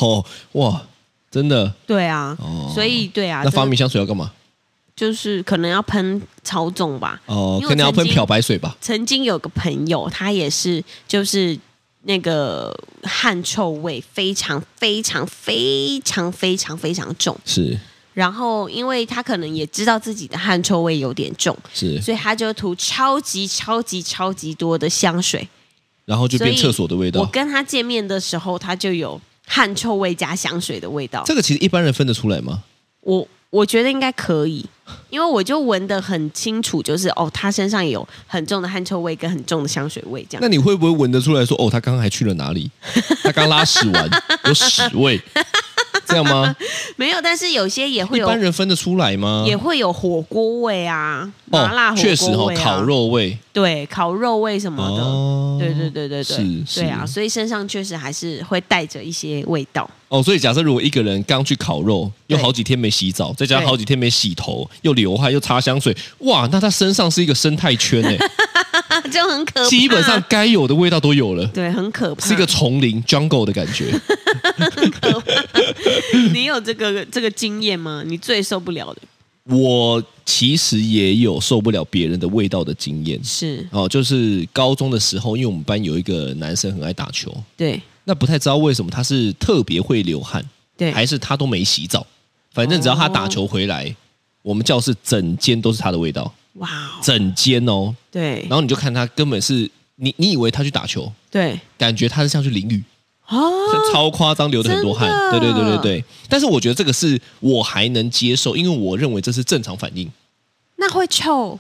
[SPEAKER 3] 哦，哇，真的。
[SPEAKER 2] 对啊，
[SPEAKER 3] 哦
[SPEAKER 2] 所以对啊，
[SPEAKER 3] 那
[SPEAKER 2] 这个
[SPEAKER 3] 发明香水要干嘛？
[SPEAKER 2] 就是可能要喷超重吧。
[SPEAKER 3] 哦
[SPEAKER 2] 因，为我
[SPEAKER 3] 可能要
[SPEAKER 2] 曾
[SPEAKER 3] 喷
[SPEAKER 2] 经
[SPEAKER 3] 漂白水吧。
[SPEAKER 2] 曾经有个朋友，他也是就是那个汗臭味非常非常非常非常非常重，
[SPEAKER 3] 是
[SPEAKER 2] 然后因为他可能也知道自己的汗臭味有点重，
[SPEAKER 3] 是，
[SPEAKER 2] 所以他就涂超级超级超级多的香水。
[SPEAKER 3] 然后就变
[SPEAKER 2] 所以
[SPEAKER 3] 厕所的味
[SPEAKER 2] 我
[SPEAKER 3] 道。
[SPEAKER 2] 跟他见面的时候，他就有汗臭味加香水的味道。
[SPEAKER 3] 这个其实一般人分得出来吗？
[SPEAKER 2] 我我觉得应该可以，因为我就闻得很清楚，就是哦，他身上有很重的汗臭味跟很重的香水味这样。
[SPEAKER 3] 那你会不会闻得出来说，哦，他刚刚还去了哪里？他刚拉屎完，有屎味， 这样吗？
[SPEAKER 2] 没有，但是有些也会
[SPEAKER 3] 一
[SPEAKER 2] 有
[SPEAKER 3] 般人分得出来吗？
[SPEAKER 2] 也会有火锅味啊，麻辣
[SPEAKER 3] 哦，
[SPEAKER 2] 火
[SPEAKER 3] 确实
[SPEAKER 2] 锅
[SPEAKER 3] 哦
[SPEAKER 2] 味、，啊
[SPEAKER 3] 烤肉味，
[SPEAKER 2] 对烤肉味什么的。
[SPEAKER 3] 哦
[SPEAKER 2] 对对对对对，
[SPEAKER 3] 是
[SPEAKER 2] 对啊，
[SPEAKER 3] 是
[SPEAKER 2] 所以身上确实还是会带着一些味道。
[SPEAKER 3] 哦，所以假设如果一个人刚去烤肉，又
[SPEAKER 2] 对
[SPEAKER 3] 好几天没洗澡，再加上
[SPEAKER 2] 对
[SPEAKER 3] 好几天没洗头，又流汗又擦香水，哇，那他身上是一个生态 圈诶，
[SPEAKER 2] 就很可怕。
[SPEAKER 3] 基本上该有的味道都有了，
[SPEAKER 2] 对，很可怕。
[SPEAKER 3] 是一个丛林 jungle 的感觉。
[SPEAKER 2] 你有这个这个经验吗？你最受不了的
[SPEAKER 3] 我其实也有受不了别人的味道的经验
[SPEAKER 2] 是，
[SPEAKER 3] 哦，就是高中的时候，因为我们班有一个男生很爱打球，
[SPEAKER 2] 对
[SPEAKER 3] 那不太知道为什么他是特别会流汗，
[SPEAKER 2] 对，
[SPEAKER 3] 还是他都没洗澡，反正只要他打球回来，我们教室整间都是他的味道。
[SPEAKER 2] 哇哦，
[SPEAKER 3] 整间哦，
[SPEAKER 2] 对
[SPEAKER 3] 然后你就看他根本是你，你以为他去打球，
[SPEAKER 2] 对
[SPEAKER 3] 感觉他是像去淋雨，
[SPEAKER 2] 哦，
[SPEAKER 3] 超夸张，流的很多汗。
[SPEAKER 2] 真
[SPEAKER 3] 对对
[SPEAKER 2] 的
[SPEAKER 3] 对对对。但是我觉得这个是我还能接受，因为我认为这是正常反应。
[SPEAKER 2] 那会臭。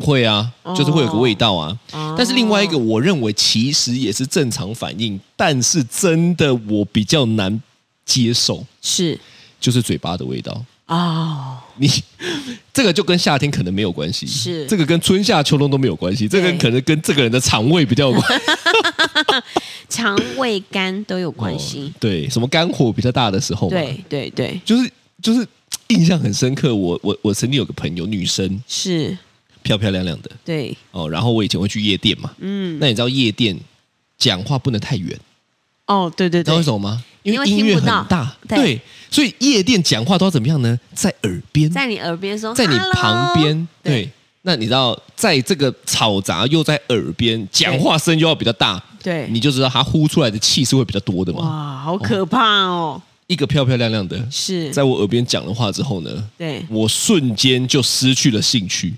[SPEAKER 3] 会啊，就是会有个味道啊。
[SPEAKER 2] 哦
[SPEAKER 3] 但是另外一个，我认为其实也是正常反应，但是真的我比较难接受，
[SPEAKER 2] 是
[SPEAKER 3] 就是嘴巴的味道。
[SPEAKER 2] 哦，
[SPEAKER 3] 你 这个就跟夏天可能没有关系，
[SPEAKER 2] 是
[SPEAKER 3] 这个跟春夏秋冬都没有关系，这个
[SPEAKER 2] 对
[SPEAKER 3] 可能跟这个人的肠胃比较有关系
[SPEAKER 2] 肠胃肝都有 关
[SPEAKER 3] 哦
[SPEAKER 2] 系。
[SPEAKER 3] 对，什么肝火比较大的时候，，
[SPEAKER 2] 对对对，
[SPEAKER 3] 就是就是嘖印象很深刻。我我我曾经有个朋友，女生
[SPEAKER 2] 是，
[SPEAKER 3] 漂漂亮亮的
[SPEAKER 2] 对，
[SPEAKER 3] 哦，然后我以前会去夜店嘛，
[SPEAKER 2] 嗯，
[SPEAKER 3] 那你知道夜店讲话不能太远，
[SPEAKER 2] 哦，对对
[SPEAKER 3] 知道
[SPEAKER 2] 对
[SPEAKER 3] 为什，么吗？因
[SPEAKER 2] 因
[SPEAKER 3] 为
[SPEAKER 2] 为
[SPEAKER 3] 音乐
[SPEAKER 2] 听
[SPEAKER 3] 很
[SPEAKER 2] 不到
[SPEAKER 3] 大，
[SPEAKER 2] 对
[SPEAKER 3] 对，所以夜店讲话都要怎么样呢？在耳边，
[SPEAKER 2] 在你耳边说，
[SPEAKER 3] 在你
[SPEAKER 2] “Hello
[SPEAKER 3] 旁，边，
[SPEAKER 2] 哦对
[SPEAKER 3] 对。那你知道，在这个嘈杂又在耳边，讲话声又要比较大，
[SPEAKER 2] 对
[SPEAKER 3] 你就知道他呼出来的气是会比较多的嘛。
[SPEAKER 2] 哇，好可怕哦，
[SPEAKER 3] 一个漂漂亮亮的，
[SPEAKER 2] 是，
[SPEAKER 3] 在我耳边讲了话之后呢，
[SPEAKER 2] 对，
[SPEAKER 3] 我瞬间就失去了兴趣。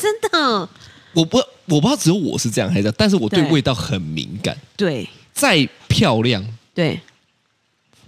[SPEAKER 2] 真的，
[SPEAKER 3] 我不我不知道只有我是这样还是这样，但是我对
[SPEAKER 2] 对
[SPEAKER 3] 味道很敏感。
[SPEAKER 2] 对
[SPEAKER 3] 再漂亮，
[SPEAKER 2] 对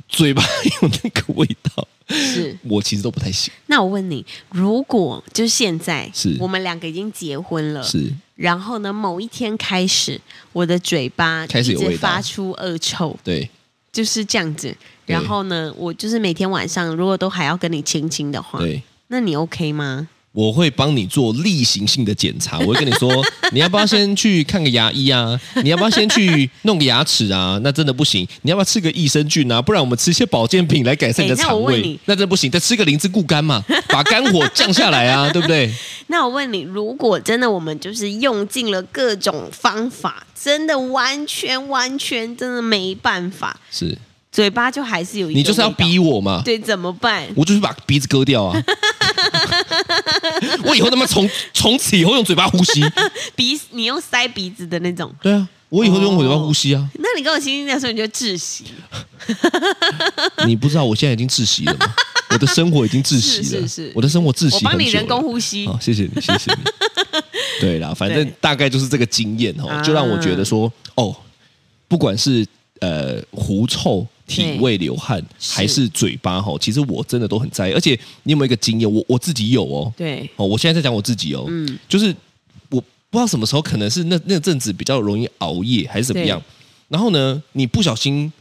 [SPEAKER 3] 嘴巴 有那个味道，
[SPEAKER 2] 是。
[SPEAKER 3] 我其实都不太行。
[SPEAKER 2] 那我问你，如果就现在，
[SPEAKER 3] 是
[SPEAKER 2] 我们两个已经结婚了，
[SPEAKER 3] 是
[SPEAKER 2] 然后呢，某一天开始，我的嘴巴
[SPEAKER 3] 开始有
[SPEAKER 2] 一直
[SPEAKER 3] 味道
[SPEAKER 2] 发出恶臭，
[SPEAKER 3] 对，
[SPEAKER 2] 就是这样子。
[SPEAKER 3] 对
[SPEAKER 2] 然后呢，我就是每天晚上如果都还要跟你亲亲的话，
[SPEAKER 3] 对，
[SPEAKER 2] 那你 OK 吗？
[SPEAKER 3] 我会帮你做例行性的检查。我会跟你说， 你要不要先去看个牙医啊？你要不要先去弄个牙齿啊？那真的不行。你要不要吃个益生菌啊？不然我们吃一些保健品来改善你的
[SPEAKER 2] 哎那
[SPEAKER 3] 肠
[SPEAKER 2] 我
[SPEAKER 3] 胃。
[SPEAKER 2] 问你
[SPEAKER 3] 那真的不行，再吃个灵芝固肝嘛，把肝火降下来 啊，对不对？
[SPEAKER 2] 那我问你，如果真的我们就是用尽了各种方法，真的完全完全真的没办法，
[SPEAKER 3] 是。
[SPEAKER 2] 嘴巴就还是有一
[SPEAKER 3] 你就是要
[SPEAKER 2] 点味道
[SPEAKER 3] 逼我嘛，
[SPEAKER 2] 对，怎么办？
[SPEAKER 3] 我就是把鼻子割 掉啊！我以后他妈从从此以后用嘴巴呼吸，
[SPEAKER 2] 鼻你用塞鼻子的那种。
[SPEAKER 3] 对啊，我以后就用嘴巴呼吸啊！
[SPEAKER 2] 那你跟我亲亲的时候你就窒息，
[SPEAKER 3] 你不知道我现在已经窒息了吗？我的生活已经窒息
[SPEAKER 2] 是
[SPEAKER 3] 了，
[SPEAKER 2] 是是
[SPEAKER 3] 我的生活窒息
[SPEAKER 2] 我
[SPEAKER 3] 很久了。
[SPEAKER 2] 帮你人工呼吸。
[SPEAKER 3] 好、谢谢你，谢谢你。对啦，反正
[SPEAKER 2] 对
[SPEAKER 3] 大概就是这个经验哦，
[SPEAKER 2] 啊
[SPEAKER 3] 就让我觉得说，哦，不管是呃狐臭、体味、流汗，
[SPEAKER 2] 是
[SPEAKER 3] 还是嘴巴哈、哦，其实我真的都很在意。而且你有没有一个经验？我我自己有哦，
[SPEAKER 2] 对，
[SPEAKER 3] 哦，我现在在讲我自己哦，
[SPEAKER 2] 嗯
[SPEAKER 3] 就是我不知道什么时候，可能是那那阵子比较容易熬夜还是怎么样
[SPEAKER 2] 对，
[SPEAKER 3] 然后呢，你不小心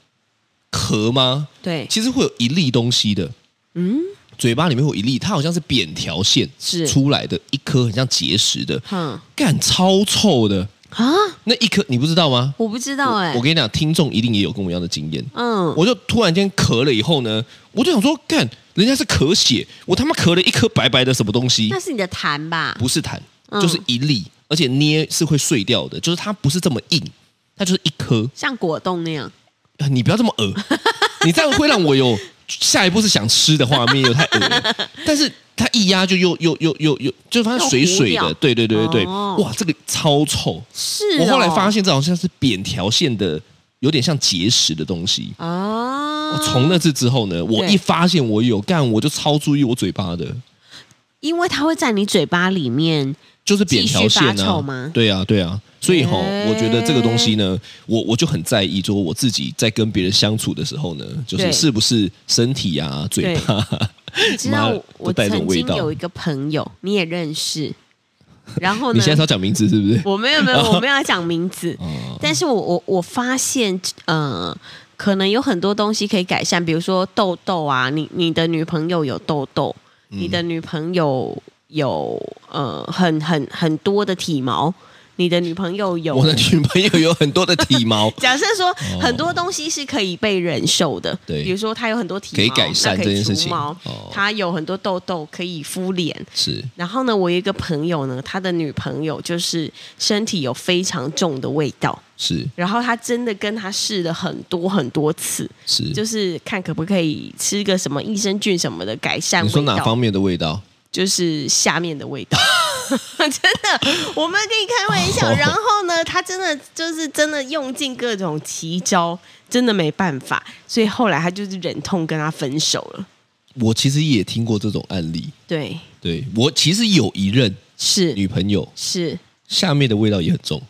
[SPEAKER 3] 咳吗？
[SPEAKER 2] 对，
[SPEAKER 3] 其实会有一粒东西的，嗯，嘴巴里面会有一粒，它好像是扁条线
[SPEAKER 2] 是
[SPEAKER 3] 出来的一颗，很像结石的，
[SPEAKER 2] 哼
[SPEAKER 3] 干超臭的。
[SPEAKER 2] 啊，
[SPEAKER 3] 那一颗你不知道吗？
[SPEAKER 2] 我不知道哎、
[SPEAKER 3] 我跟你讲，听众一定也有跟我一样的经验。
[SPEAKER 2] 嗯，
[SPEAKER 3] 我就突然间咳了以后呢，我就想说，干，人家是咳血，我他妈咳了一颗白白的什么东西
[SPEAKER 2] 那，是你的痰吧？
[SPEAKER 3] 不是痰，
[SPEAKER 2] 嗯
[SPEAKER 3] 就是一粒，而且捏是会碎掉的，就是它不是这么硬，它就是一颗。
[SPEAKER 2] 像果冻那样，
[SPEAKER 3] 呃你不要这么恶，你这样会让我有 下一步是想吃的画面，有太恶了。但是它一压就又又又又又，就发现水水
[SPEAKER 2] 又糊掉，
[SPEAKER 3] 的对对对对对，
[SPEAKER 2] 哦
[SPEAKER 3] 哇，这个超臭。
[SPEAKER 2] 是、哦。
[SPEAKER 3] 我后来发现这好像是扁条线的，有点像结石的东西。
[SPEAKER 2] 哦
[SPEAKER 3] 我，从那次之后呢，我
[SPEAKER 2] 对
[SPEAKER 3] 一发现我有干，我就超注意我嘴巴的，
[SPEAKER 2] 因为它会在你嘴巴里面，
[SPEAKER 3] 就是扁条线
[SPEAKER 2] 继续发臭
[SPEAKER 3] 啊
[SPEAKER 2] 吗，
[SPEAKER 3] 对啊，对啊。所以哈、
[SPEAKER 2] 欸
[SPEAKER 3] 我觉得这个东西呢，我我就很在意，就是我自己在跟别人相处的时候呢，就是
[SPEAKER 2] 对
[SPEAKER 3] 是不是身体啊、嘴巴、
[SPEAKER 2] 你知道
[SPEAKER 3] 妈
[SPEAKER 2] 我我
[SPEAKER 3] 都带这种
[SPEAKER 2] 曾经
[SPEAKER 3] 味道
[SPEAKER 2] 有一个朋友，你也认识，然后
[SPEAKER 3] 你
[SPEAKER 2] 呢
[SPEAKER 3] 现在，是要讲名字是不是？
[SPEAKER 2] 我没有没有我没有要讲名字，
[SPEAKER 3] 哦，
[SPEAKER 2] 但是我我我发现，呃，可能有很多东西可以改善，比如说痘痘啊，你你的女朋友有痘痘，
[SPEAKER 3] 嗯
[SPEAKER 2] 你的女朋友有呃很很很多的体毛，你的女朋友有，
[SPEAKER 3] 我的女朋友有很多的体毛
[SPEAKER 2] 假设说很多东西是可以被忍受的，
[SPEAKER 3] 对
[SPEAKER 2] 比如说它有很多体毛
[SPEAKER 3] 可以改善
[SPEAKER 2] 那可以
[SPEAKER 3] 这件事
[SPEAKER 2] 除
[SPEAKER 3] 情
[SPEAKER 2] 毛
[SPEAKER 3] 哦
[SPEAKER 2] 它有很多痘痘可以敷脸。
[SPEAKER 3] 是
[SPEAKER 2] 然后呢，我有一个朋友呢，他的女朋友就是身体有非常重的味道，
[SPEAKER 3] 是
[SPEAKER 2] 然后他真的跟他试了很多很多次，
[SPEAKER 3] 是，
[SPEAKER 2] 就是看可不可以吃个什么益生菌什么的改善
[SPEAKER 3] 你说
[SPEAKER 2] 味
[SPEAKER 3] 哪
[SPEAKER 2] 道，
[SPEAKER 3] 方面的味道？
[SPEAKER 2] 就是下面的味道。 真的，我们跟你开玩笑。
[SPEAKER 3] 哦
[SPEAKER 2] 然后呢，他真的就是真的用尽各种奇招，真的没办法，所以后来他就是忍痛跟他分手了。
[SPEAKER 3] 我其实也听过这种案例，
[SPEAKER 2] 对，
[SPEAKER 3] 对我其实有一任
[SPEAKER 2] 是
[SPEAKER 3] 女朋友，
[SPEAKER 2] 是，
[SPEAKER 3] 下面的味道也很重，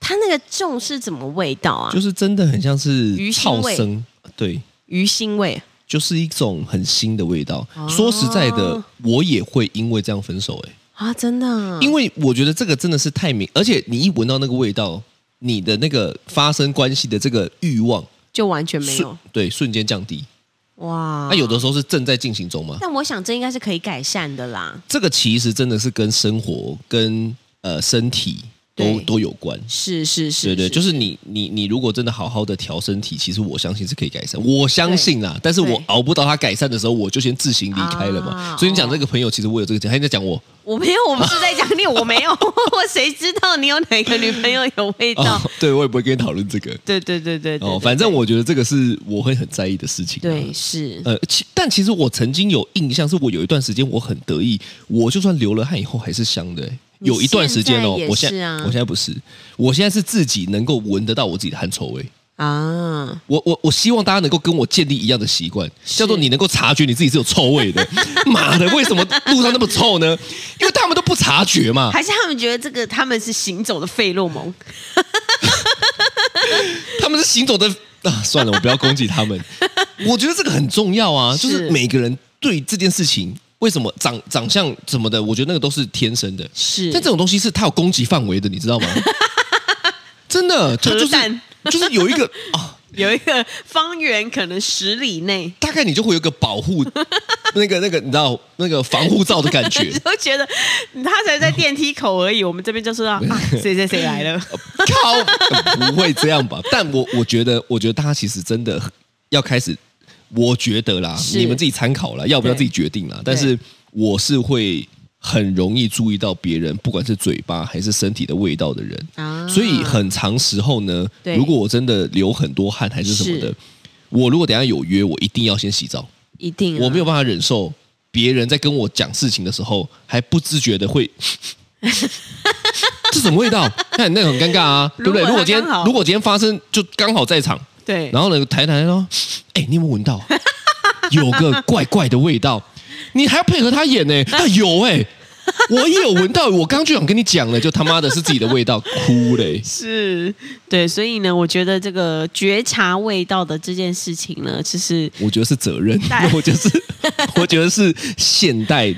[SPEAKER 2] 他那个重是怎么味道啊
[SPEAKER 3] 就？是真的很像是
[SPEAKER 2] 鱼腥
[SPEAKER 3] 超
[SPEAKER 2] 味
[SPEAKER 3] 生，对，
[SPEAKER 2] 鱼腥味。
[SPEAKER 3] 就是一种很腥的味道。说实在的，我也会因为这样分手、欸，
[SPEAKER 2] 啊，真的啊、
[SPEAKER 3] 因为我觉得这个真的是太明，而且你一闻到那个味道，你的那个发生关系的这个欲望
[SPEAKER 2] 就完全没有啊
[SPEAKER 3] 瞬对瞬间降低。
[SPEAKER 2] 哇。
[SPEAKER 3] 那、啊有的时候是正在进行 中嘛，
[SPEAKER 2] 但我想这应该是可以改善的啦。
[SPEAKER 3] 这个其实真的是跟生活跟呃身体都
[SPEAKER 2] 对
[SPEAKER 3] 都有关。
[SPEAKER 2] 是是是，
[SPEAKER 3] 对对，就是是你你你如果真的好好的调身体，其实我相信是可以改善，我相信啦。但是我
[SPEAKER 2] 对
[SPEAKER 3] 熬不到他改善的时候，我就先自行离开了嘛。
[SPEAKER 2] 啊
[SPEAKER 3] 所以你讲
[SPEAKER 2] 哦
[SPEAKER 3] 这个朋友，其实我有这个经验，他在讲我
[SPEAKER 2] 我没有，我不是在讲你，我没有， 我谁知道你有哪个女朋友有味道？
[SPEAKER 3] 哦， 对我也不会跟你讨论这个
[SPEAKER 2] 对对对对对
[SPEAKER 3] 哦。
[SPEAKER 2] 对
[SPEAKER 3] 反正我觉得这个是我会很在意的事情、啊。
[SPEAKER 2] 对是
[SPEAKER 3] 呃，其但其实我曾经有印象，是我有一段时间我很得意，我就算流了汗以后还是香的、欸
[SPEAKER 2] 你
[SPEAKER 3] 有一段时间哦
[SPEAKER 2] 现在也，
[SPEAKER 3] 我现
[SPEAKER 2] 是
[SPEAKER 3] 在、
[SPEAKER 2] 啊
[SPEAKER 3] 我现在不是，我现在是自己能够闻得到我自己的汗臭味。
[SPEAKER 2] 啊，
[SPEAKER 3] 我我我希望大家能够跟我建立一样的习惯，
[SPEAKER 2] 是
[SPEAKER 3] 叫做你能够察觉你自己是有臭味 的。妈的，为什么路上那么臭呢？因为他们都不察觉嘛。
[SPEAKER 2] 还是他们觉得这个他们是行走的费洛蒙？
[SPEAKER 3] 他们是行走的啊，算了，我不要攻击他 们。我觉得这个很重要啊，
[SPEAKER 2] 是
[SPEAKER 3] 就是每个人对这件事情，为什么长长相什么的，我觉得那个都是天生的。
[SPEAKER 2] 是
[SPEAKER 3] 但这种东西是它有攻击范围的，你 知道吗？真的，它就
[SPEAKER 2] 核弹
[SPEAKER 3] 是就是有一个啊，
[SPEAKER 2] 有一个方圆可能十里 内，
[SPEAKER 3] 大概你就会有一个保护那个那个，你知道那个防护罩的感觉。
[SPEAKER 2] 都觉得他才在电梯口而已，我们这边就 知道啊，谁谁谁来了。
[SPEAKER 3] 靠，呃不会这样吧？但我我觉得，我觉得大家其实真的要开始，我觉得啦，
[SPEAKER 2] 是
[SPEAKER 3] 你们自己参考啦，要不要自己决定啦？但是我是会很容易注意到别人，不管是嘴巴还是身体的味道的人，
[SPEAKER 2] 啊
[SPEAKER 3] 所以很长时候呢，
[SPEAKER 2] 对
[SPEAKER 3] 如果我真的流很多汗还是什么的
[SPEAKER 2] 是，
[SPEAKER 3] 我如果等一下有约，我一定要先洗澡，
[SPEAKER 2] 一定啊
[SPEAKER 3] 我没有办法忍受。别人在跟我讲事情的时候，还不自觉 的会这什么味道？那那很尴尬啊，对不对？如
[SPEAKER 2] 如果他
[SPEAKER 3] 果今天
[SPEAKER 2] 刚好
[SPEAKER 3] 如果今天发生，就刚好在场，
[SPEAKER 2] 对，
[SPEAKER 3] 然后呢，台台说：“哎、你有没有闻到？有个怪怪的味道。”你还要配合他演呢、啊，有哎、我也有闻到，我刚就想跟你讲了，就他妈的是自己的味道，哭嘞、
[SPEAKER 2] 是对，所以呢，我觉得这个觉察味道的这件事情呢，就是
[SPEAKER 3] 我觉得是责 任
[SPEAKER 2] 但，
[SPEAKER 3] 我就是 我觉得是现代，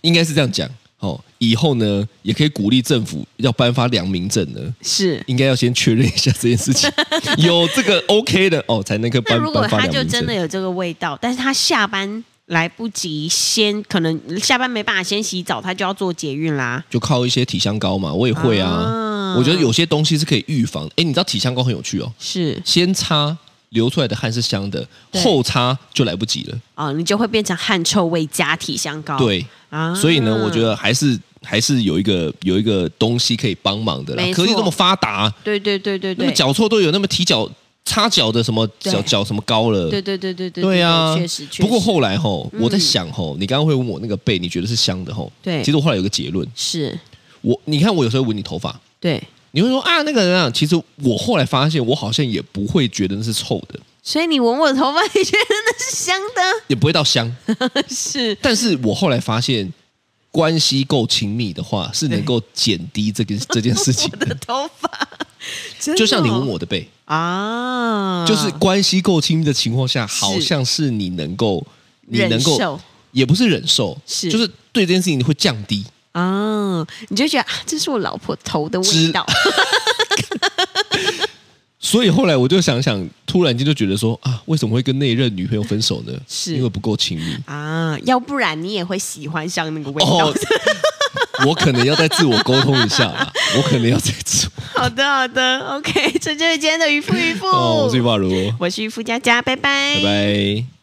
[SPEAKER 3] 应该是这样讲哦。以后呢，也可以鼓励政府要颁发良民证呢，
[SPEAKER 2] 是。
[SPEAKER 3] 应该要先确认一下这件 事情，有这个 OK 的哦，才能够
[SPEAKER 2] 那
[SPEAKER 3] 颁
[SPEAKER 2] 如果
[SPEAKER 3] 颁发
[SPEAKER 2] 他
[SPEAKER 3] 良
[SPEAKER 2] 就
[SPEAKER 3] 民
[SPEAKER 2] 真的
[SPEAKER 3] 证。
[SPEAKER 2] 有这个味道，但是他下班来不及先，可能下班没办法先洗澡，他就要做捷运啦。
[SPEAKER 3] 就靠一些体香膏嘛，我也会啊。
[SPEAKER 2] 啊
[SPEAKER 3] 我觉得有些东西是可以预防的。哎，你知道体香膏很有趣哦，
[SPEAKER 2] 是
[SPEAKER 3] 先擦流出来的汗是香的，
[SPEAKER 2] 对
[SPEAKER 3] 后擦就来不及了。
[SPEAKER 2] 哦，你就会变成汗臭味加体香膏。
[SPEAKER 3] 对，
[SPEAKER 2] 啊，
[SPEAKER 3] 所以呢，我觉
[SPEAKER 2] 得
[SPEAKER 3] 得还是还是有一个有一个东西可以帮忙的啦
[SPEAKER 2] 没。错
[SPEAKER 3] 科技这么发达，
[SPEAKER 2] 对对对对
[SPEAKER 3] 那
[SPEAKER 2] 对
[SPEAKER 3] 么，脚臭都有，那么提脚擦脚的什么
[SPEAKER 2] 对
[SPEAKER 3] 脚脚什么膏了。
[SPEAKER 2] 对对对对对，
[SPEAKER 3] 对啊，
[SPEAKER 2] 确实确实。
[SPEAKER 3] 不过后来吼，
[SPEAKER 2] 嗯
[SPEAKER 3] 我在想吼，你刚刚会问我那个背，你觉得是香的吼？
[SPEAKER 2] 对
[SPEAKER 3] 其实我后来有个结论，
[SPEAKER 2] 是
[SPEAKER 3] 我你看我有时候闻你头发，
[SPEAKER 2] 对，
[SPEAKER 3] 你会说啊那个人啊，其实我后来发现，我好像也不会觉得那是臭的，
[SPEAKER 2] 所以你闻我的头发，你觉得那是香的？
[SPEAKER 3] 也不会到香。
[SPEAKER 2] 是
[SPEAKER 3] 但是我后来发现，关系够亲密的话，是能
[SPEAKER 2] 对
[SPEAKER 3] 够减低 这个这件事情
[SPEAKER 2] 我
[SPEAKER 3] 的
[SPEAKER 2] 的。头发，真的
[SPEAKER 3] 就像你
[SPEAKER 2] 哦
[SPEAKER 3] 闻我的背，
[SPEAKER 2] 啊，
[SPEAKER 3] 就是关系够亲密的情况下，
[SPEAKER 2] 是
[SPEAKER 3] 好像是你能够，你
[SPEAKER 2] 忍
[SPEAKER 3] 能够，
[SPEAKER 2] 受
[SPEAKER 3] 也不是忍受，
[SPEAKER 2] 是
[SPEAKER 3] 就是对这件事情你会降低。
[SPEAKER 2] 啊，你就觉得啊，这是我老婆头的味
[SPEAKER 3] 之
[SPEAKER 2] 道，
[SPEAKER 3] 所以后来我就想想，突然间就觉得说啊，为什么会跟那一任女朋友分手呢？
[SPEAKER 2] 是
[SPEAKER 3] 因为不够亲密。
[SPEAKER 2] 啊，要不然你也会喜欢上那个味道。
[SPEAKER 3] 哦， 我可能要再自我沟通一下啦，我可能要再自我。
[SPEAKER 2] 好的，好的，OK，这就是今天的渔夫渔夫，
[SPEAKER 3] 哦哦，我是玉发如，
[SPEAKER 2] 我是渔夫佳佳，拜拜，
[SPEAKER 3] 拜拜。